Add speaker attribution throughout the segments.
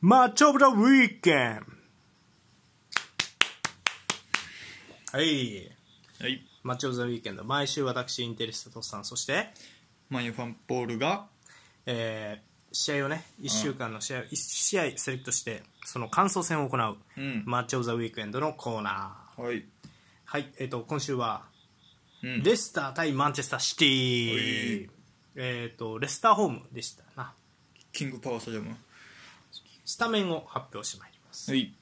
Speaker 1: マッチョオブ・ザ・ウィーケンはい
Speaker 2: はい。
Speaker 1: マッチョ・オブ・ザ・ウィーケンド毎週私インテリスタトスさんそして、
Speaker 2: マニュファンポールが、
Speaker 1: えー試合をね1週間の試合、一試合セレクトしてその感想戦を行う、
Speaker 2: うん
Speaker 1: マッチョ・オブ・ザ・ウィークエンドのコーナー
Speaker 2: はい。
Speaker 1: はいえっ、と今週は、
Speaker 2: うん
Speaker 1: レスター対マンチェスターシテ
Speaker 2: お
Speaker 1: ィ
Speaker 2: い
Speaker 1: えっ、とレスターホームでしたな
Speaker 2: キングパワースタジアム。は
Speaker 1: スタメンを発表してまいります、
Speaker 2: い。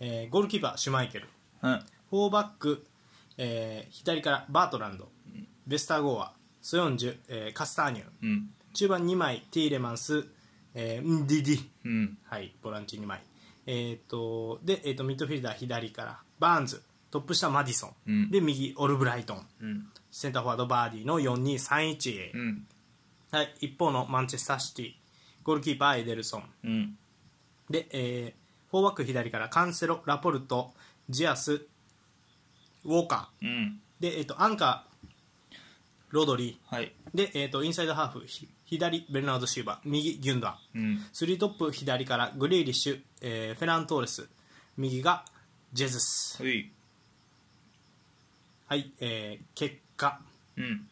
Speaker 1: えーゴールキーパーシュマイケル
Speaker 2: うん。
Speaker 1: フォーバック、えー左からバートランド、ベスターゴーア、ソヨンジュ、えーカスターニュ、
Speaker 2: うん。
Speaker 1: 中盤2枚、ティーレマンス、えーンディディ、
Speaker 2: うん。
Speaker 1: はい、ボランチ2枚、えーとでえー、とミッドフィルダー左からバーンズ、トップ下マディソン、
Speaker 2: うん
Speaker 1: で右、オルブライトン、
Speaker 2: うん。
Speaker 1: センターフォワードバーディの4231、
Speaker 2: うん。
Speaker 1: はい、一方のマンチェスターシティ、ゴールキーパー、エデルソン、
Speaker 2: うん。
Speaker 1: で、えー、フォーバック左からカンセロ、ラポルト、ジアス、ウォーカー。
Speaker 2: うん。
Speaker 1: で、えっとアンカー、ロドリ
Speaker 2: はい。
Speaker 1: ーで、えっとインサイドハーフひ左、ベルナード・シューバー右、ギュンダン
Speaker 2: うん。
Speaker 1: スリートップ左からグリーリッシュ、えーフェラントーレス右がジェズス、
Speaker 2: はい。
Speaker 1: はいえー結果
Speaker 2: うん。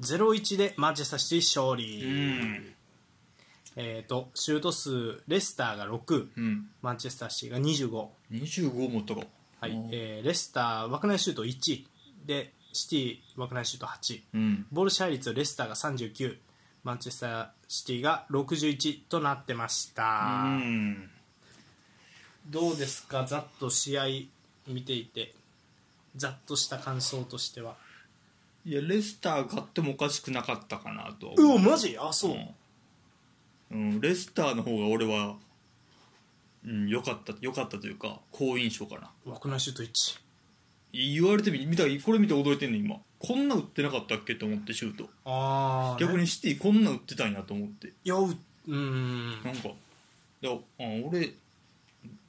Speaker 1: 0-1でマンチェスターシティ勝利、
Speaker 2: うん。
Speaker 1: えっとシュート数レスターが6、
Speaker 2: うん。
Speaker 1: マンチェスターシティが25、は
Speaker 2: 25持ったか。
Speaker 1: い
Speaker 2: うん
Speaker 1: えーレスター枠内シュート1でシティ枠内シュート8、
Speaker 2: うん。
Speaker 1: ボール支配率レスターが39マンチェスターシティが61となってました、
Speaker 2: うん。
Speaker 1: どうですかざっと試合見ていてざっとした感想としてはい
Speaker 2: や、レスター買ってもおかしくなかったかなとは
Speaker 1: う
Speaker 2: 思
Speaker 1: わマジあそう、
Speaker 2: うん。うん。レスターの方が俺は、うん、良かった、良かったというか、好印象かな。
Speaker 1: 枠内シュート1
Speaker 2: 言われてみ見たこれ見て驚いてんねん今こんな売ってなかったっけと思ってシュート
Speaker 1: ああ
Speaker 2: 逆にシティこんな売ってたんやと思って
Speaker 1: いやううーん
Speaker 2: なんかだあ俺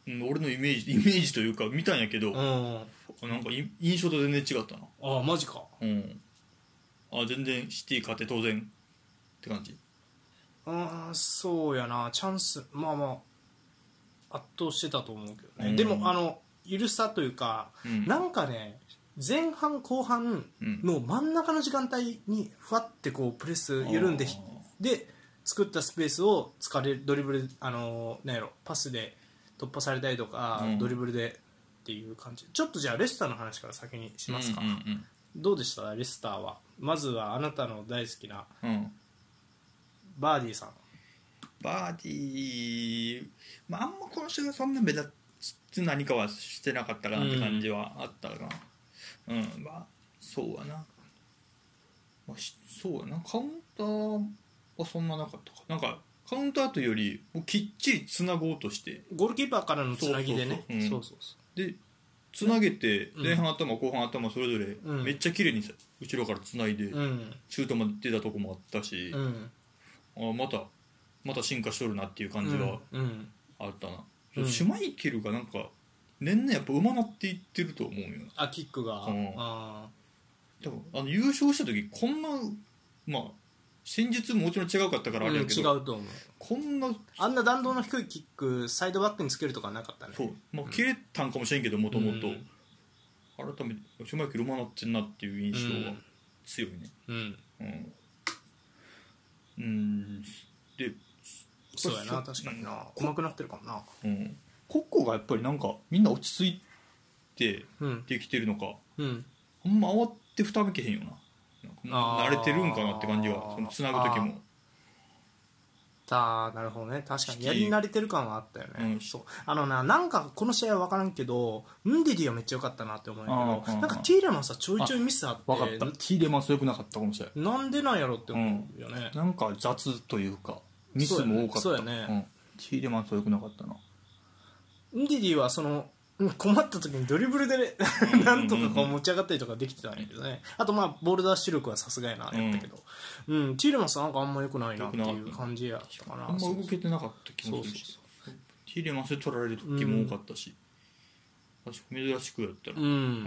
Speaker 2: うん俺のイメージイメ ージというか見たんやけど、
Speaker 1: うん
Speaker 2: なんかい印象と全然違ったな
Speaker 1: ああマジか
Speaker 2: うんあ全然シティ勝って当然って感じ
Speaker 1: ああそうやなチャンスまあまあ圧倒してたと思うけどね、
Speaker 2: うん
Speaker 1: でもあの緩さというか、
Speaker 2: うん
Speaker 1: なんかね前半後半
Speaker 2: うん
Speaker 1: の真ん中の時間帯にふわってこうプレス緩んで
Speaker 2: あー
Speaker 1: で作ったスペースを突かれドリブルあのなんやろパスで突破されたりとか、
Speaker 2: うん
Speaker 1: ドリブルでっていう感じちょっとじゃあレスターの話から先にしますか、
Speaker 2: うんうん
Speaker 1: どうでしたレスターはまずはあなたの大好きな
Speaker 2: うん、うん
Speaker 1: バーディさん
Speaker 2: バーディー、まあ、あんまこの人がそんな目立つ何かはしてなかったかなって感じはあったかなうん、まあそうやな、まあ、しそうやなカウンターはそんななかったかなんかカウンターというよりもうきっちりつなごうとして
Speaker 1: ゴールキーパーからのつなぎでね
Speaker 2: そうそうそううん
Speaker 1: そうそ
Speaker 2: でつなげて
Speaker 1: ん
Speaker 2: 前半頭後半頭それぞれ
Speaker 1: うん
Speaker 2: めっちゃ綺麗にさ後ろからつないで
Speaker 1: ううん
Speaker 2: 中途まで出たとこもあったし、
Speaker 1: うん
Speaker 2: あまたまた進化しとるなっていう感じが
Speaker 1: うん
Speaker 2: あったな、
Speaker 1: うん
Speaker 2: シュマイケルがなんか年々やっぱ馬なっていってると思うよな
Speaker 1: あキックが、
Speaker 2: うん
Speaker 1: あ
Speaker 2: 多分あの優勝した時こんなまあ戦術ももちろん違うかったか
Speaker 1: ー
Speaker 2: らあ
Speaker 1: う
Speaker 2: れ
Speaker 1: ん
Speaker 2: や
Speaker 1: 違
Speaker 2: けど、
Speaker 1: うと思う
Speaker 2: こんな
Speaker 1: あんな弾道の低いキックサイドバックにつけるとかなかったね
Speaker 2: そう、まあ、切れたんかもしれんけどもともと
Speaker 1: うん
Speaker 2: 改めてシュマイケル馬なってんなっていう印象は強いね
Speaker 1: うん
Speaker 2: うん、うん、で、
Speaker 1: そうやな
Speaker 2: そう
Speaker 1: 確かにな
Speaker 2: うん
Speaker 1: 上手くなってるかもな
Speaker 2: うん、コッコがやっぱりなんかみんな落ち着いて
Speaker 1: うん
Speaker 2: できてるのか
Speaker 1: うん
Speaker 2: あんま慌てふためけへんよななん
Speaker 1: あ
Speaker 2: か
Speaker 1: ー
Speaker 2: 慣れてるんかなって感じがそのつなぐ時も
Speaker 1: たなるほどね確か
Speaker 2: シ
Speaker 1: に
Speaker 2: ティ
Speaker 1: やり慣れてる感はあったよね、
Speaker 2: うん
Speaker 1: そうあのななんかこの試合は分からんけどンディディはめっちゃ良かったなって思うんやけ
Speaker 2: あー
Speaker 1: ど
Speaker 2: うん
Speaker 1: なんかティーレマンさちょいちょいミスあって
Speaker 2: 分かった聞いてますよくなかったかもしれ
Speaker 1: ななんでなんやろって思うよね、
Speaker 2: ないなんか雑というかミスも多かった
Speaker 1: そうやねそうや
Speaker 2: うん、聞いてますよくなかったな
Speaker 1: ンディディはそのうん困った時にドリブルでね
Speaker 2: うんうん
Speaker 1: なんとかこう持ち上がったりとかできてたんやけどねあとまあボールダッシュ力はさすがやなやったけどうん、ティーレマンさんなんかあんま良くないなっていう感じやったかな
Speaker 2: あんま動けてなかった気
Speaker 1: そ
Speaker 2: も
Speaker 1: う
Speaker 2: す
Speaker 1: そう
Speaker 2: る
Speaker 1: そう
Speaker 2: し聞いてますよ取られる時も多かったし、確か珍しくやったら
Speaker 1: う、ん
Speaker 2: うん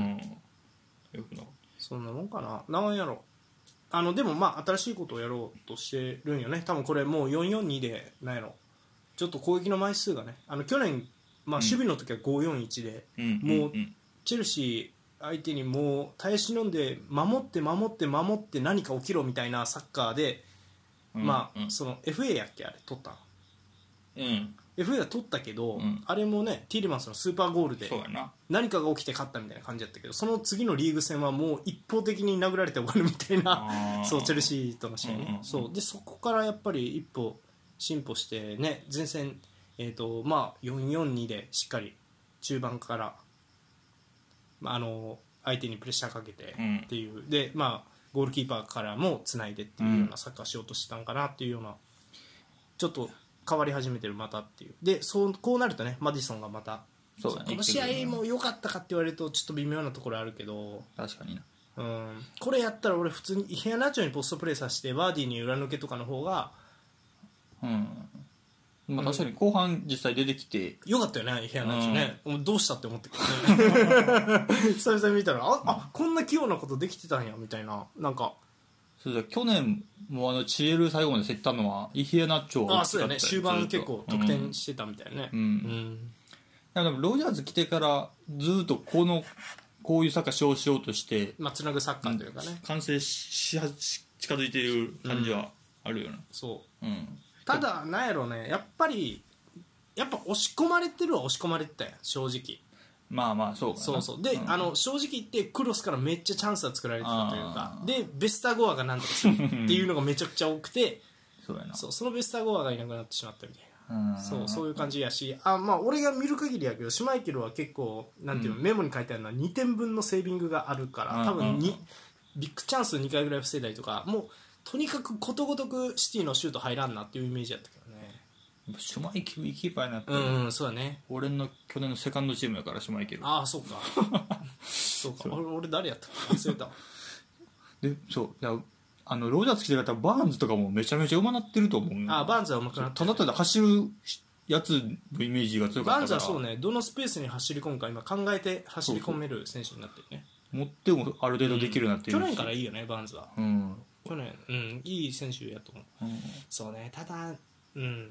Speaker 2: よくなかっ
Speaker 1: そんなもんかななんやろあのでもまあ新しいことをやろうとしてるんよね多分これもう442でなんやろちちょっと攻撃の枚数がねあの去年、まあ、守備の時は541で、
Speaker 2: うん
Speaker 1: もうん
Speaker 2: ん
Speaker 1: チェルシー相手にもう耐え忍んで守って守って守って何か起きろみたいなサッカーで、
Speaker 2: うん
Speaker 1: ま
Speaker 2: うん
Speaker 1: あその FA やっけあれ取ったの
Speaker 2: うん、
Speaker 1: FA は取ったけど、
Speaker 2: うん
Speaker 1: あれもねティーリマンスのスーパーゴールで
Speaker 2: そうやな
Speaker 1: 何かが起きて勝ったみたいな感じだったけどその次のリーグ戦はもう一方的に殴られて終わるみたいな
Speaker 2: あー
Speaker 1: そうチェルシーとの試合ね、
Speaker 2: うんうんうん
Speaker 1: そうでそこからやっぱり一歩進歩してね前線、えーとまあ、442でしっかり中盤から、まあ、あの相手にプレッシャーかけて
Speaker 2: うん
Speaker 1: っていう、で、まあ、ゴールキーパーからもつないでっていうよう
Speaker 2: う
Speaker 1: なサッカーしようとしてたんかなっていうようなちょっと変わり始めてるまたっていうでそうこうなるとねマディソンがまた。
Speaker 2: そうやね
Speaker 1: この試合も良かったかって言われるとちょっと微妙なところあるけど、
Speaker 2: 確かにな
Speaker 1: うん、これやったら俺普通にヘアナチョにポストプレーさせてバーディーに裏抜けとかの方が
Speaker 2: うん、まあ、確かに後半実際出てきて、
Speaker 1: 良かったよねヘアナチョね、もうどうしたって思ったけどね久々に見たらああこんな器用なことできてたんやみたいななんか
Speaker 2: そうだ去年もあのチエル最後まで競ったのはイヒエナッチョが
Speaker 1: あ
Speaker 2: 大き
Speaker 1: そう
Speaker 2: か
Speaker 1: だ
Speaker 2: っ
Speaker 1: ね
Speaker 2: たよ
Speaker 1: 終盤
Speaker 2: ずっ
Speaker 1: 結
Speaker 2: と
Speaker 1: 構得点してたみたいね
Speaker 2: うん、
Speaker 1: う
Speaker 2: い
Speaker 1: ん
Speaker 2: やでもロジャーズ来てからずっとこのこういうサッカーしようしようとして
Speaker 1: まあつなぐサッカーというかね、
Speaker 2: 完成しはし近づいている感じはあるよな
Speaker 1: そう
Speaker 2: うん、
Speaker 1: ただなんやろねやっぱりやっぱ押し込まれてるは押し込まれてたやん正直
Speaker 2: まあまあそうかな
Speaker 1: そうそうで、
Speaker 2: ん
Speaker 1: あの正直言ってクロスからめっちゃチャンスは作られてたというか
Speaker 2: あー
Speaker 1: でベスターゴアがなんとかするっていうのがめちゃくちゃ多く て
Speaker 2: そうやな
Speaker 1: そうそのベスターゴアがいなくなってしまったみたい
Speaker 2: うん
Speaker 1: なそうそういう感じやしあ、まあ、俺が見る限りやけどシュマイケルは結構なんていうの、メモに書いてあるのは2点分のセービングがあるから多
Speaker 2: うんう
Speaker 1: 分
Speaker 2: んう
Speaker 1: に、
Speaker 2: ん
Speaker 1: ビッグチャンス2回ぐらい防いだりとかもうとにかくことごとくシティのシュート入らんなっていうイメージやったけどね
Speaker 2: シュマイケルいいキーパーになって、
Speaker 1: うん、うん、そうだね
Speaker 2: 俺の去年のセカンドチームやからシュマイケル
Speaker 1: ああ そうかそうか俺俺誰やったか忘 れたわ
Speaker 2: でそういやあのロジャーズ来てから多分バーンズとかもめちゃめちゃ馬なってると思うよ
Speaker 1: ああバーンズはうまくなった
Speaker 2: ただただ走るやつのイメージが強か
Speaker 1: バ
Speaker 2: っ
Speaker 1: ンズ
Speaker 2: た
Speaker 1: は
Speaker 2: から
Speaker 1: そうねどのスペースに走り込むか今考えて走り込める選手になってるね
Speaker 2: 持ってもある程度できるようになってい
Speaker 1: 去
Speaker 2: るし
Speaker 1: 年からいいよねバンズは
Speaker 2: うん、
Speaker 1: 去年うんいい選手やと思う
Speaker 2: うん
Speaker 1: そうねただうん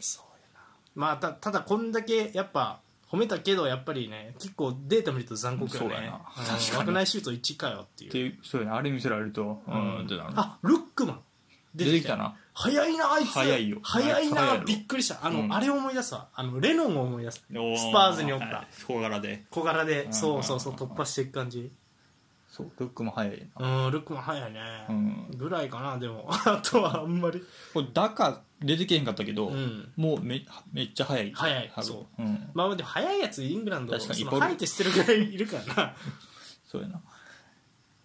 Speaker 1: そうやなまあたただこんだけやっぱ褒めたけどやっぱりね結構データ見ると残酷よね
Speaker 2: そうやな
Speaker 1: うん
Speaker 2: 確かに
Speaker 1: 枠内シュート1かよっていう
Speaker 2: でそうやねあれ見せられるとうんってなる
Speaker 1: あルックマン
Speaker 2: 出てきたな
Speaker 1: 早いなあいつ
Speaker 2: 早いよ
Speaker 1: 早い
Speaker 2: 早い
Speaker 1: な
Speaker 2: やろ
Speaker 1: びっくりしたあの、
Speaker 2: うん
Speaker 1: あれ思い出すわあのレノンを思い出すス
Speaker 2: お
Speaker 1: パーズにおった、
Speaker 2: はい小柄で
Speaker 1: 小柄で
Speaker 2: ん
Speaker 1: そうそうそう突破していく感じ
Speaker 2: そうルックも速いな
Speaker 1: うんルックも早いね、
Speaker 2: うん
Speaker 1: ぐらいかなでも あとはあんまり
Speaker 2: これダカ出てけへんかったけど、
Speaker 1: うん
Speaker 2: もうめめっちゃ速い
Speaker 1: 速い
Speaker 2: ハブ
Speaker 1: そう
Speaker 2: うん、
Speaker 1: まあでも早いやつイングランド
Speaker 2: 確かに
Speaker 1: その
Speaker 2: ボール
Speaker 1: 吐いて捨てるぐらいいるからな
Speaker 2: そうやな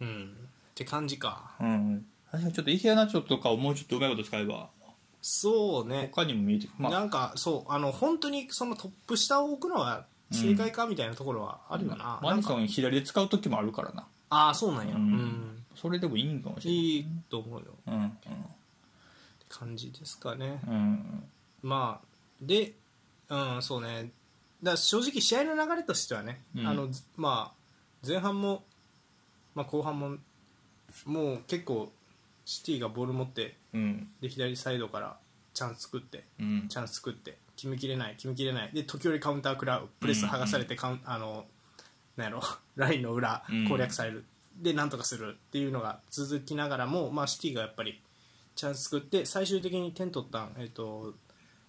Speaker 1: うんって感じか
Speaker 2: うん確かにちょっとイヒアナチョとかをもうちょっとうまいこと使えば
Speaker 1: そうね
Speaker 2: 他にも見えてくるまあ
Speaker 1: なんかそうあの本当にそのトップ下を置くのは正解かみたいなところはあるよな,、
Speaker 2: マ
Speaker 1: な
Speaker 2: ニ
Speaker 1: んか
Speaker 2: ソン左で使う時もあるからな
Speaker 1: ああそうなんや、
Speaker 2: う
Speaker 1: うんん
Speaker 2: それでもいいんかもしれない
Speaker 1: いいと思うよ
Speaker 2: うんうん
Speaker 1: って感じですかね、
Speaker 2: うん
Speaker 1: まあでうんそうねだから正直試合の流れとしてはね、
Speaker 2: うん
Speaker 1: あのずまあ前半も、まあ、後半ももう結構シティがボール持って
Speaker 2: うん
Speaker 1: で左サイドからチャンス作って
Speaker 2: うん
Speaker 1: チャンス作って決めきれない決めきれないで時折カウンター食らうプレス剥がされてカウン、あのなんやろ ラインの裏
Speaker 2: うん
Speaker 1: 攻略される、でなんとかするっていうのが続きながらも、まあ、シティがやっぱりチャンス作って最終的に点取ったん、えっと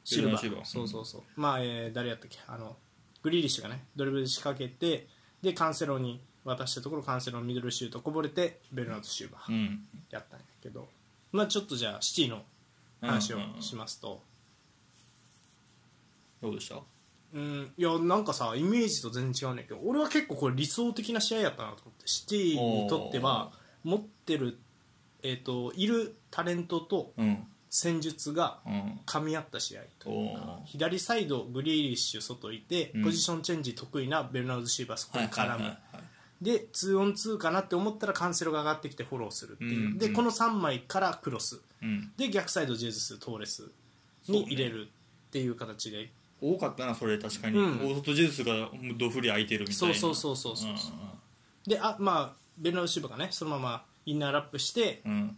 Speaker 1: シルバー
Speaker 2: シルバー
Speaker 1: そうそうそう、まあ、えー誰やったっけあのグリーリッシュがねドリブルで仕掛けてでカンセロに渡したところカンセロのミドルシュートこぼれてベルナート・シューバー
Speaker 2: うん
Speaker 1: やったんやけど、まあ、ちょっとじゃあシティの話をしますと。
Speaker 2: どうでした
Speaker 1: うん、いやなんかさイメージと全然違うねんけど俺は結構これ理想的な試合やったなと思ってシティにとっては持ってる、えー、といるタレントと
Speaker 2: うん
Speaker 1: 戦術が
Speaker 2: うん
Speaker 1: 噛み合った試合と
Speaker 2: おお
Speaker 1: 左サイドグリーリッシュ外いて、
Speaker 2: うん
Speaker 1: ポジションチェンジ得意なベルナード・シーバーそこに絡む、
Speaker 2: はい
Speaker 1: で 2on2 かなって思ったらカンセロが上がってきてフォローするっていう、
Speaker 2: うん
Speaker 1: で
Speaker 2: うん
Speaker 1: この3枚からクロス
Speaker 2: うん
Speaker 1: で逆サイドジェズストーレスに入れるっていう形で
Speaker 2: 多かったなそれ確かに、
Speaker 1: うん
Speaker 2: 大外ジェズスがどふり空いてるみたい
Speaker 1: そう
Speaker 2: な
Speaker 1: そうそうそうそう
Speaker 2: うん
Speaker 1: であまあベルナルド・シューバがねそのままインナーラップして
Speaker 2: うん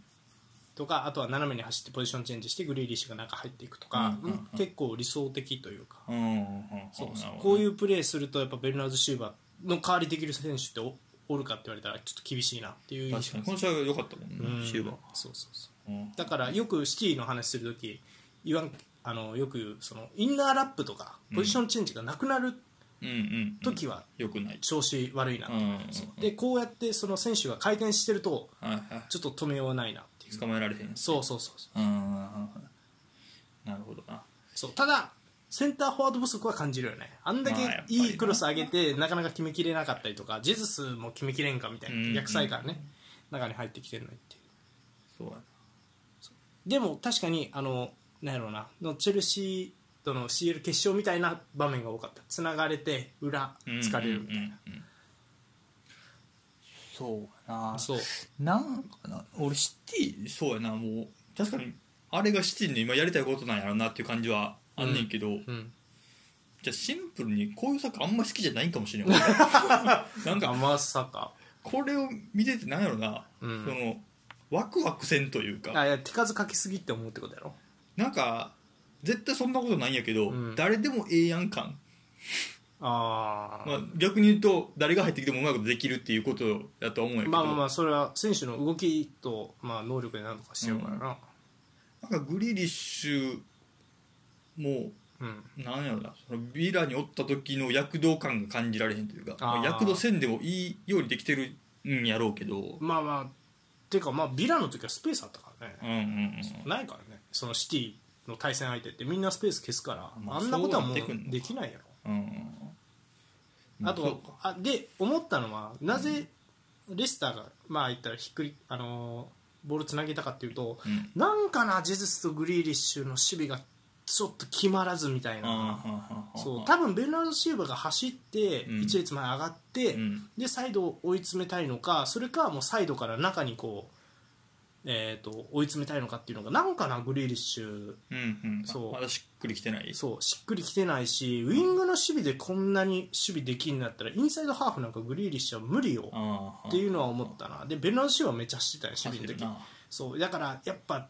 Speaker 1: とかあとは斜めに走ってポジションチェンジしてグリーリッシュが中入っていくとか、
Speaker 2: うんうんうん
Speaker 1: 結構理想的というか、
Speaker 2: うんうんうん
Speaker 1: そうそう
Speaker 2: なるほどね
Speaker 1: こういうプレーするとやっぱベルナード・シューバーの代わりできる選手っておおるかって言われたらちょっと厳しいなっていう
Speaker 2: 確
Speaker 1: 印
Speaker 2: か
Speaker 1: 象
Speaker 2: にこの試合が良かったもんね、
Speaker 1: うん
Speaker 2: シューバー
Speaker 1: そうそうそう
Speaker 2: うん
Speaker 1: だからよくシティの話するとき言わんあのよく言うそのインナーラップとかポジションチェンジがなくなる
Speaker 2: うんうんうん
Speaker 1: 時は
Speaker 2: よくない
Speaker 1: 調子悪いな、
Speaker 2: うんうんうん
Speaker 1: そうでこうやってその選手が回転してると
Speaker 2: はいは
Speaker 1: ちょっと止めようないなっていう
Speaker 2: い捕まえられへん
Speaker 1: そうそうそうそう
Speaker 2: うんうんうんうんなるほどな
Speaker 1: そうただセンターフォワード不足は感じるよねあんだけ
Speaker 2: まあやっぱりない
Speaker 1: いクロス上げてなかなか決めきれなかったりとかジェズスも決めきれんかみたい
Speaker 2: うん
Speaker 1: な逆サイからね中に入ってきてるのにっていう
Speaker 2: そうやな
Speaker 1: でも確かにあのなんやろうなのチェルシーとの CL 決勝みたいな場面が多かったつながれて裏疲れるみたいな、
Speaker 2: うんうんうんそうやな
Speaker 1: そう
Speaker 2: なんかな俺シティそうやなもう確かにあれがシティの今やりたいことなんやろうなっていう感じはあんねんけど、
Speaker 1: うん
Speaker 2: じゃあシンプルにこういう作あんま好きじゃないんかもしれ ん俺なんか
Speaker 1: まさか
Speaker 2: これを見ててなんやろな、
Speaker 1: うん
Speaker 2: そのワクワクせんというか
Speaker 1: あいや手数かけすぎって思うってことやろ
Speaker 2: なんか絶対そんなことないんやけど、
Speaker 1: うん
Speaker 2: 誰でもええやん感、
Speaker 1: ああ、
Speaker 2: まあ、逆に言うと誰が入ってきてもうまいことできるっていうことやとは思うんやけど、
Speaker 1: まあまあまあそれは選手の動きと、まあ、能力で何とかしようからな
Speaker 2: なんかグリーリッシュも
Speaker 1: うん、
Speaker 2: なんやろなそのビラにおった時の躍動感が感じられへんというか
Speaker 1: あー
Speaker 2: まあ躍動せんでもいいようにできてるんやろうけど、うん
Speaker 1: まあまあていうかまあビラの時はスペースあったからね
Speaker 2: うんうん、
Speaker 1: ないからねそのシティの対戦相手ってみんなスペース消すから、
Speaker 2: まあ
Speaker 1: あ、んなことはも
Speaker 2: そうなってくんの
Speaker 1: う
Speaker 2: か
Speaker 1: できないやろ
Speaker 2: うん
Speaker 1: あ
Speaker 2: そう
Speaker 1: と
Speaker 2: か
Speaker 1: あで思ったのはなぜレスターが、まあ言ったらひっくり、あのーボールつなげたかっていうと、
Speaker 2: うん
Speaker 1: なんかなジェズスとグリーリッシュの守備がちょっと決まらずみたい
Speaker 2: うん
Speaker 1: な、
Speaker 2: うん
Speaker 1: そう多分ベルナード・シューバが走って、
Speaker 2: うん
Speaker 1: 一列前上がって、
Speaker 2: うん
Speaker 1: でサイドを追い詰めたいのかそれかもうサイドから中にこう、えー、と追い詰めたいのかっていうのがなんかなグリーリッシュ
Speaker 2: うんうん
Speaker 1: そう
Speaker 2: まだしっくりきてない
Speaker 1: そうしっくりきてないしウイングの守備でこんなに守備できんだったらインサイドハーフなんかグリーリッシュは無理よ
Speaker 2: あー
Speaker 1: っていうのは思ったなでベルナード・シューバーめっちゃ走ってたよ守備の
Speaker 2: 走ってる
Speaker 1: 時
Speaker 2: な
Speaker 1: そうだからやっぱ、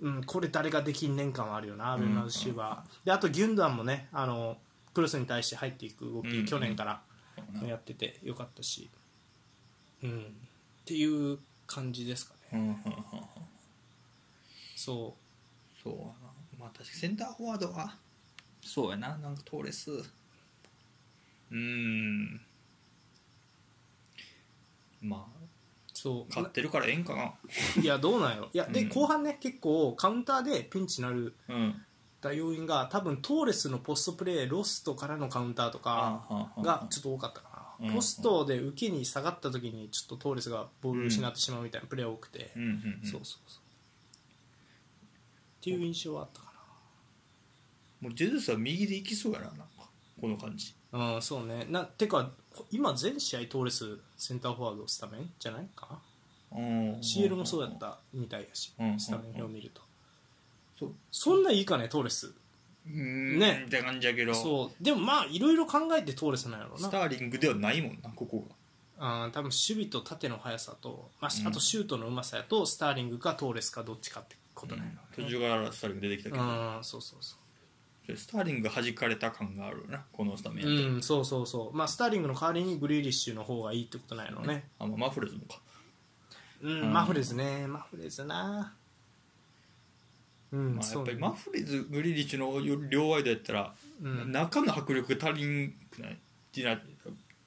Speaker 1: うん、これ誰ができん年間はあるよな、
Speaker 2: ん
Speaker 1: ベルナード・シューバーであとギュンドアンもねあのクロスに対して入っていく動き、
Speaker 2: うん
Speaker 1: 去年から
Speaker 2: そうね
Speaker 1: やっててよかったし、うん、っていう感じですかね
Speaker 2: うんうんうんうん
Speaker 1: そ
Speaker 2: そうやなまあ確かにセンターフォワードはそうやななんかトーレスうーんまあ
Speaker 1: うそう
Speaker 2: 勝ってるからええんかな。
Speaker 1: いやどうなんやろいやで、
Speaker 2: うん
Speaker 1: 後半ね結構カウンターでピンチになる
Speaker 2: うん。
Speaker 1: た要因が多分トーレスのポストプレーロストからのカウンターとかがちょっと多かったか
Speaker 2: う
Speaker 1: なんポストで受けに下がった時にちょっとトーレスがボールを失ってしまうみたいなプレーが多くて、
Speaker 2: うんうんうん、
Speaker 1: そうそうそうっていう印象はあったか
Speaker 2: もうジェズスは右で行きそうやななんかこの感じ
Speaker 1: なうんそうねなてか今全試合トーレスセンターフォワードスタメンじゃないかな CL もそうやったみたいやし
Speaker 2: うん
Speaker 1: スタメン表を見ると
Speaker 2: そう
Speaker 1: そんないいかねトーレス
Speaker 2: ねみたいな感じやけど
Speaker 1: そうでもまあいろいろ考えてトーレスなんやろうな
Speaker 2: スターリングではないもんなここ
Speaker 1: あー多分守備と縦の速さと、まあし
Speaker 2: うん
Speaker 1: あとシュートのうまさやとスターリングかトーレスかどっちかってこと
Speaker 2: が
Speaker 1: なんや
Speaker 2: 途
Speaker 1: ろうね
Speaker 2: 中からスターリング出てきたけど、
Speaker 1: うんそうそうそ
Speaker 2: それスターリングが弾かれた感があるよなこのスタメン
Speaker 1: う、
Speaker 2: やと
Speaker 1: うん、そうそうそうまあスターリングの代わりにグリーリッシュの方がいいってことなんやろうね
Speaker 2: あまあマフレズもか
Speaker 1: うん、
Speaker 2: うん
Speaker 1: マフレズねマフレズなうん、
Speaker 2: まあ、や
Speaker 1: そ
Speaker 2: っ
Speaker 1: う
Speaker 2: ぱ
Speaker 1: ね
Speaker 2: りマフレズグリリッチの両ワイドやったら、
Speaker 1: うん
Speaker 2: 中の迫力が足りんくないってな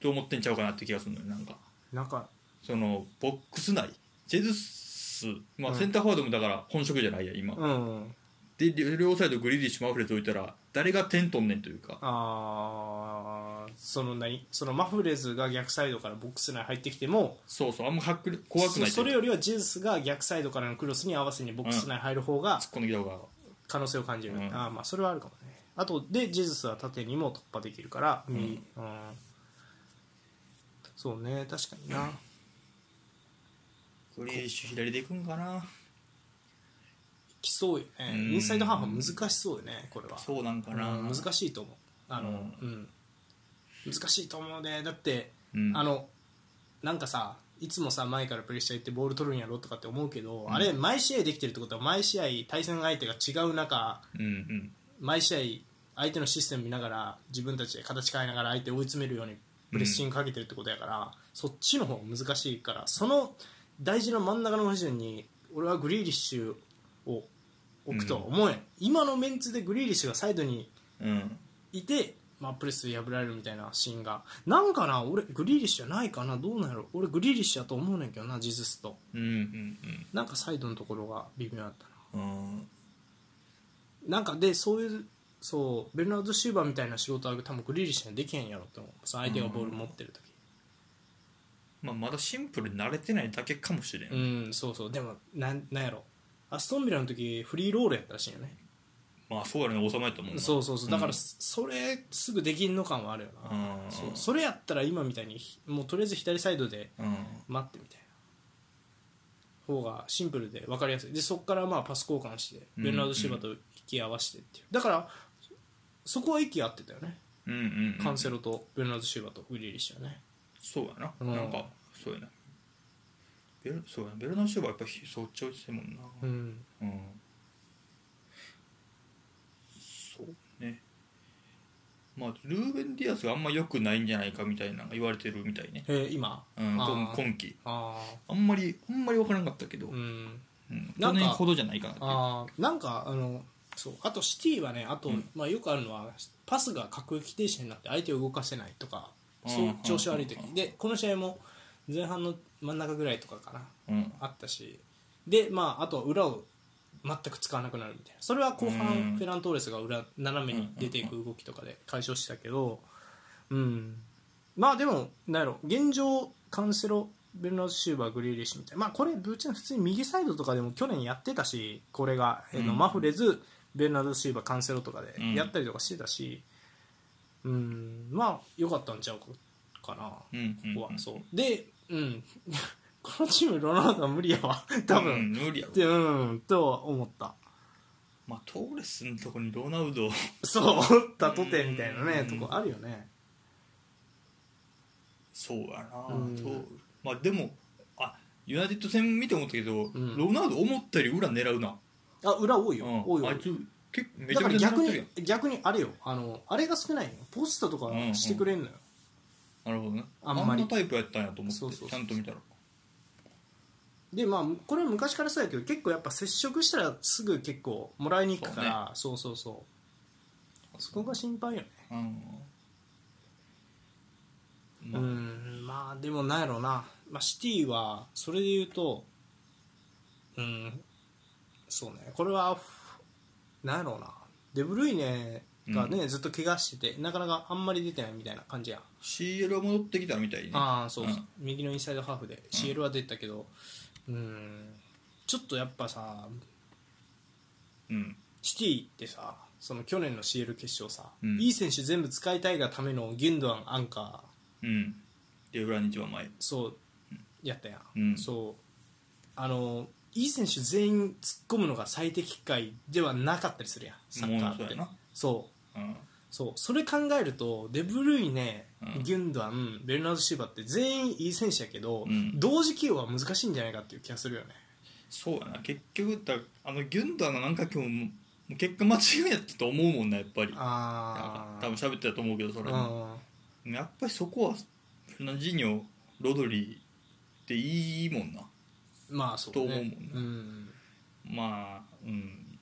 Speaker 2: と思ってんちゃうかなって気がするのよなんか
Speaker 1: なんか
Speaker 2: そのボックス内ジェズス、まあ、
Speaker 1: うん
Speaker 2: センターフォワードもだから本職じゃないや今、
Speaker 1: うん
Speaker 2: で両サイドグリーリッシュマフレーズ置いたら誰が点取んねんというか
Speaker 1: あーその何そのマフレズが逆サイドからボックス内入ってきても
Speaker 2: そうそうあんま迫力怖くない
Speaker 1: そそ
Speaker 2: と
Speaker 1: れ
Speaker 2: いうか
Speaker 1: よりはジェズスが逆サイドからのクロスに合わせにボックス内入る方が
Speaker 2: 突っ込んできた方が
Speaker 1: 可能性を感じる、
Speaker 2: うん
Speaker 1: あーまあそれはあるかもねあとでジェズスは縦にも突破できるから右、うんそうね確かにな
Speaker 2: グリーリッシュ左でいくんかな
Speaker 1: きそうよね、
Speaker 2: うん
Speaker 1: インサイドハーフは難しそうよねこれは
Speaker 2: そうなんかな、
Speaker 1: うん難しいと思うあの、うん難しいと思うねだって、
Speaker 2: うん
Speaker 1: あのなんかさいつもさ前からプレッシャー行ってボール取るんやろとかって思うけど、あれ毎試合できてるってことは毎試合対戦相手が違う中
Speaker 2: うんうん
Speaker 1: 毎試合相手のシステム見ながら自分たちで形変えながら相手を追い詰めるようにプレッシングかけてるってことやから、そっちの方が難しいからその大事な真ん中の不順に俺はグリーリッシュを置くとは思えん、今のメンツでグリーリッシュがサイドに
Speaker 2: うん
Speaker 1: いて、まあ、プレスで破られるみたいなシーンがなんかな俺グリーリッシュじゃないかなどうなんやろ俺グリーリッシュやと思うねんけどなジズスと
Speaker 2: うんうん
Speaker 1: なんかサイドのところが微妙だったな
Speaker 2: うん
Speaker 1: なんかでそういうそうベルナード・シューバーみたいな仕事は多分グリーリッシュにはできへんやろって思うその相手がボール持ってる時
Speaker 2: まあまだシンプルに慣れてないだけかもしれん、
Speaker 1: うん、そうそうでもなんなんやろアストンビラの時フリーロールやったらしいよね、
Speaker 2: まあそうやるの収まりと思うな
Speaker 1: そうそうそうだから
Speaker 2: ん
Speaker 1: そそれすぐできんの感はあるよな、
Speaker 2: うん
Speaker 1: そうそれやったら今みたいにひもうとりあえず左サイドで
Speaker 2: うん
Speaker 1: 待ってみたいな方がシンプルで分かりやすいでそこからまあパス交換して
Speaker 2: うん
Speaker 1: ベルナード・シューバーと息合わせてっていうだからそこは息合ってたよね
Speaker 2: うんうんうん
Speaker 1: カンセロとベルナード・シューバーとグリーリッシュはね
Speaker 2: そうやな、
Speaker 1: うん
Speaker 2: なんかそうやなベルそうやなベルナーシューバーやっぱひそっち落ちてるもんな
Speaker 1: うん
Speaker 2: うん、そうねまあルーベン・ディアスがあんま良くないんじゃないかみたいなのが言われてるみたいね、
Speaker 1: えー今
Speaker 2: うん、
Speaker 1: あ
Speaker 2: 今
Speaker 1: ー
Speaker 2: 今季
Speaker 1: あ
Speaker 2: あんまりあんまり分からなかったけど、
Speaker 1: あ
Speaker 2: う
Speaker 1: うんんな
Speaker 2: 去
Speaker 1: んか
Speaker 2: 年ほどじゃないかなっていう
Speaker 1: あーなんかあのそうあとシティはねあと、
Speaker 2: うん
Speaker 1: まあ、よくあるのはパスが各駅停止になって相手を動かせないとか
Speaker 2: うん
Speaker 1: そううん調子悪い時
Speaker 2: うん
Speaker 1: でこの試合も前半の真ん中ぐらいとかかな
Speaker 2: うん
Speaker 1: あったしで、まあ、あとは裏を全く使わなくなるみたいなそれは後半、
Speaker 2: うん
Speaker 1: フェラントーレスが裏斜めに出ていく動きとかで解消したけど、うん、まあでもなんやろ現状カンセロベルナード・シューバーグリーリッシュみたいな、まあ、これぶっちゃけ普通に右サイドとかでも去年やってたしこれが、えーの
Speaker 2: うん
Speaker 1: マフレズベルナード・シューバーカンセロとかで
Speaker 2: うん
Speaker 1: やったりとかしてたし、うん、まあ良かったんちゃうかな。
Speaker 2: うんうん
Speaker 1: ここはそうでうん、 このチームロナウドは無理やわ 多分、
Speaker 2: うん無理や
Speaker 1: っ
Speaker 2: ろ
Speaker 1: てうんとは思った
Speaker 2: まあトーレスのとこにロナウドを
Speaker 1: そう思ったとてみたいなね
Speaker 2: う
Speaker 1: と
Speaker 2: ん
Speaker 1: こあるよね
Speaker 2: そうやな、
Speaker 1: うん
Speaker 2: トーまあでもあユナイテッド戦見て思ったけど、
Speaker 1: ん
Speaker 2: ロナウド思ったより裏狙うな、
Speaker 1: あ裏多いよ、
Speaker 2: うん、
Speaker 1: 多いよ
Speaker 2: あいつ結構め
Speaker 1: だ
Speaker 2: ちゃ
Speaker 1: から
Speaker 2: めちゃ
Speaker 1: 逆
Speaker 2: 狙ってるや
Speaker 1: に
Speaker 2: ん
Speaker 1: 逆にあれよあのあれが少ないよポストとかしてくれんのよ、
Speaker 2: なるほどね
Speaker 1: あ
Speaker 2: あ
Speaker 1: ん
Speaker 2: ん
Speaker 1: まり
Speaker 2: なタイプやったんやと思って
Speaker 1: そうそうそう
Speaker 2: ちゃんと見たら
Speaker 1: でまあこれは昔からそうやけど結構やっぱ接触したらすぐ結構もらいに行くからそう,、そうそうそこが心配よね
Speaker 2: うんま
Speaker 1: う
Speaker 2: あ
Speaker 1: んまあでもなんやろうな、まあ、シティはそれで言うとうんそうねこれはふなんやろうなデブルイネがね、ずっと怪我しててなかなかあんまり出てないみたいな感じや、
Speaker 2: CL は戻ってきたみたいね
Speaker 1: ああそう、
Speaker 2: うん
Speaker 1: 右のインサイドハーフで CL は出てたけどうんちょっとやっぱさ
Speaker 2: うん
Speaker 1: シティってさその去年の CL 決勝さ、
Speaker 2: うん
Speaker 1: いい選手全部使いたいがためのギュンドアンアンカー
Speaker 2: うんで裏に一番前
Speaker 1: そうやったやん、
Speaker 2: うん
Speaker 1: そうあのいい選手全員突っ込むのが最適解ではなかったりするやんサッカー
Speaker 2: もう
Speaker 1: っ
Speaker 2: そう
Speaker 1: て
Speaker 2: やな
Speaker 1: そう
Speaker 2: うん
Speaker 1: そうそれ考えるとデブルイネ、
Speaker 2: うん
Speaker 1: ギュンドアンベルナード・シューバーって全員いい選手やけど、
Speaker 2: うん
Speaker 1: 同時起用は難しいんじゃないかっていう気がするよね
Speaker 2: そうやな結局だあのギュンダーのなんか今日ももう結果間違いやったと思うもんなやっぱり
Speaker 1: ああ
Speaker 2: 多分喋ってたと思うけどそれも
Speaker 1: うん
Speaker 2: やっぱりそこはフェルナジーニョロドリっていいもんな
Speaker 1: まあそう
Speaker 2: と
Speaker 1: ね
Speaker 2: 思うもんね
Speaker 1: うん
Speaker 2: まあうん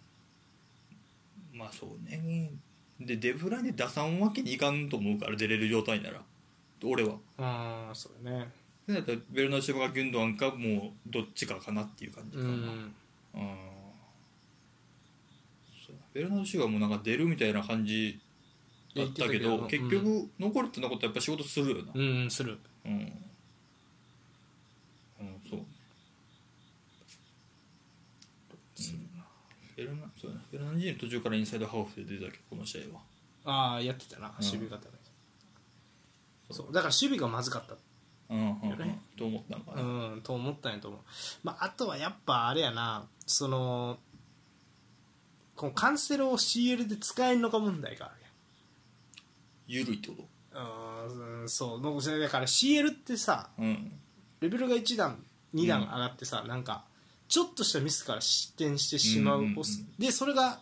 Speaker 2: まあそうねでデブライネ出さんわけにいかんと思うから出れる状態なら俺は
Speaker 1: ああそうだね
Speaker 2: だったらベルナシェバかギュンドアンかもうどっちかかなっていう感じ
Speaker 1: う
Speaker 2: かな、
Speaker 1: ん
Speaker 2: うんそうベルナーシュがもうなんか出るみたいな感じだったけど
Speaker 1: 言ってたけどう
Speaker 2: 結局残るってなことはやっぱ仕事するよな
Speaker 1: うんする
Speaker 2: うん、うん、そうベルナそうやなベルナージーニ途中からインサイドハーフで出たけどこの試合は
Speaker 1: ああやってたな
Speaker 2: うん
Speaker 1: 守備方で、そうだから守備がまずかった
Speaker 2: うんうん
Speaker 1: よ
Speaker 2: う
Speaker 1: ね
Speaker 2: んと思ったんかな
Speaker 1: うん、と思ったんやと思う、まあ、あとはやっぱあれやなそのこのカンセロを CL で使えんのか問題がある
Speaker 2: 緩いってこと
Speaker 1: やんうーんそうもうそれだから CL ってさ
Speaker 2: うん
Speaker 1: レベルが1段2段上がってさ、なんかちょっとしたミスから失点してしまう、
Speaker 2: うんうんうん
Speaker 1: でそれが